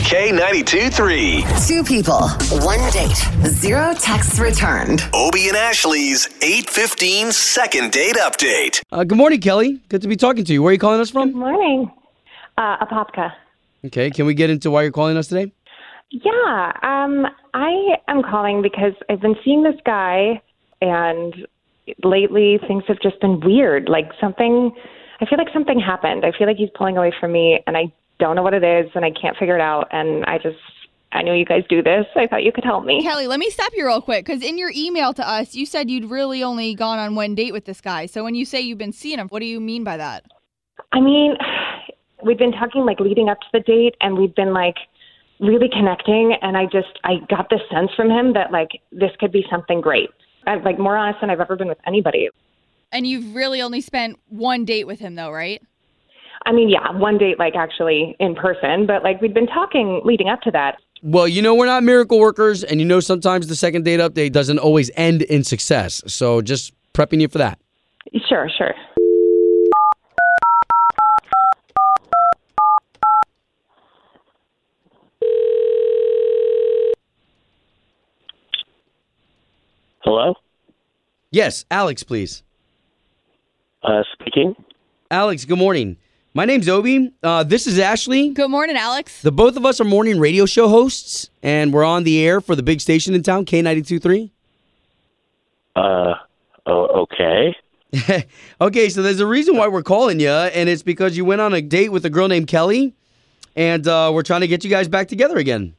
K92 3. Two people, one date, zero texts returned. Obie and Ashley's 815 second date update. Uh, good morning, Kelly. Good to be talking to you. Where are you calling us from? Morning, uh, Apopka. Okay, can we get into why you're calling us today? Yeah, um, I am calling because I've been seeing this guy, and lately things have just been weird. Like something, I feel like something happened. I feel like he's pulling away from me, and I don't know what it is, and I can't figure it out. And I just, I know you guys do this. I thought you could help me. Kelly, let me stop you real quick because in your email to us, you said you'd really only gone on one date with this guy. So when you say you've been seeing him, what do you mean by that? I mean, we've been talking like leading up to the date, and we've been like really connecting. And I just I got this sense from him that like this could be something great. I'm like more honest than I've ever been with anybody. And you've really only spent one date with him, though, right? I mean, yeah, one date like actually in person, but like we'd been talking leading up to that. Well, you know we're not miracle workers, and you know sometimes the second date update doesn't always end in success. So just prepping you for that. Sure, sure. Hello? Yes, Alex, please. Uh, speaking? Alex, good morning. My name's Obi. Uh, this is Ashley. Good morning, Alex. The both of us are morning radio show hosts, and we're on the air for the big station in town, K92.3. Uh, oh, okay. okay, so there's a reason why we're calling you, and it's because you went on a date with a girl named Kelly, and uh, we're trying to get you guys back together again.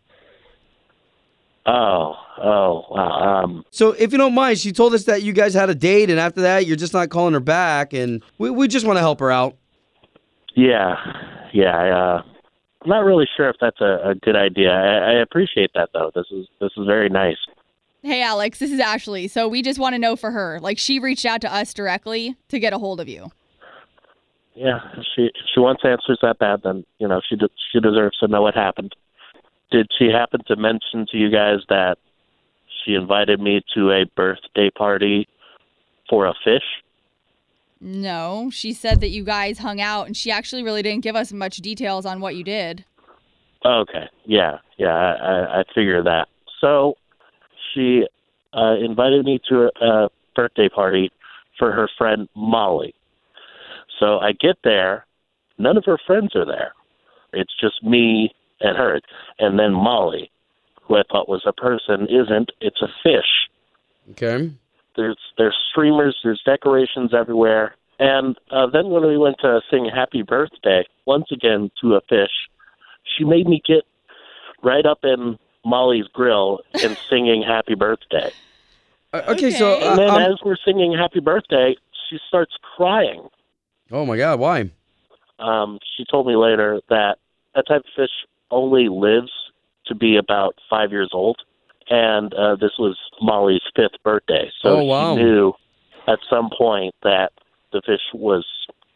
Oh, oh, wow. Um, So if you don't mind, she told us that you guys had a date, and after that, you're just not calling her back, and we, we just want to help her out. yeah, yeah. I, uh, I'm not really sure if that's a, a good idea. I, I appreciate that though. This is this is very nice. Hey, Alex, this is Ashley. So we just want to know for her. Like, she reached out to us directly to get a hold of you. Yeah, if she if she wants answers that bad, then you know she de- she deserves to know what happened. Did she happen to mention to you guys that she invited me to a birthday party for a fish? No, she said that you guys hung out, and she actually really didn't give us much details on what you did. Okay. Yeah. Yeah. I, I, I figure that. So she uh, invited me to a, a birthday party for her friend Molly. So I get there. None of her friends are there. It's just me and her. And then Molly, who I thought was a person, isn't. It's a fish Okay. there's there's streamers, there's decorations everywhere. And uh, then when we went to sing Happy Birthday once again to a fish, she made me get right up in Molly's grill and singing Happy Birthday. Uh, Okay, so Okay. uh, And then I'm- as we're singing Happy Birthday, she starts crying. oh my God, why? Um, she told me later that that type of fish only lives to be about five years old, and uh, this was Molly's fifth birthday, so Oh, wow. she knew at some point that the fish was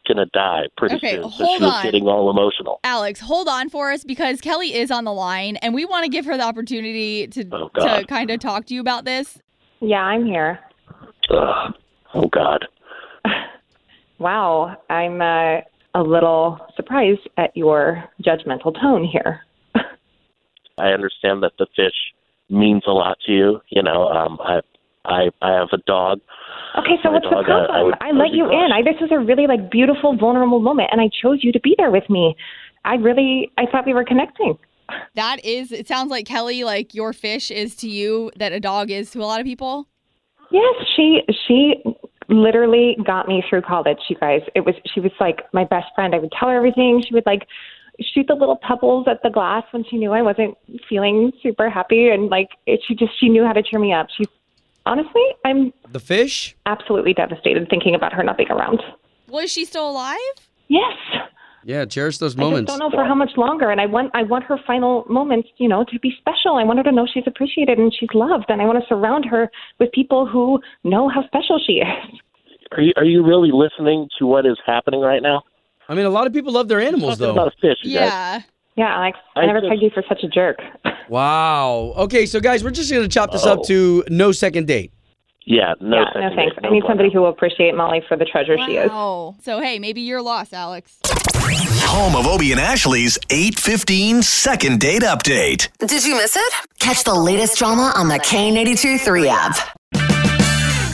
gonna die pretty Okay, soon. So hold she was on. getting all emotional. Alex, hold on for us because Kelly is on the line, and we want to give her the opportunity to, Oh, to God. kind of talk to you about this. Yeah, I'm here. Ugh. Oh God. Wow, I'm uh, a little surprised at your judgmental tone here. I understand that the fish means a lot to you. You know, um, I I I have a dog. Okay, so My what's the dog, I- I problem? would- I, I let would be you in. I, this was a really like beautiful, vulnerable moment, and I chose you to be there with me. I really, I thought we were connecting. That is, it sounds like Kelly, like your fish is to you that a dog is to a lot of people. Yes, she she literally got me through college, you guys. It was she was like my best friend. I would tell her everything. She would like shoot the little pebbles at the glass when she knew I wasn't feeling super happy and like it, she just she knew how to cheer me up. She honestly, I'm The fish? absolutely devastated thinking about her not being around. Was she still alive? Yes. Yeah, cherish those I just moments. don't know for how much longer, and I want I want her final moments, you know, to be special. I want her to know she's appreciated and she's loved, and I want to surround her with people who know how special she is. Are you, are you really listening to what is happening right now? I mean, a lot of people love their animals, Talking about though. a fish, you guys. Yeah. Yeah, Alex, I, I never just- pegged you for such a jerk. Wow. Okay, so guys, we're just gonna chop this up Oh. to no second date. Yeah, no, yeah, no second thanks. date, I need bueno. somebody who will appreciate Molly for the treasure she is. Wow. So hey, maybe you're lost, Alex. Home of Obie and Ashley's 815 second date update. Did you miss it? Catch the latest drama on the K82 3 app.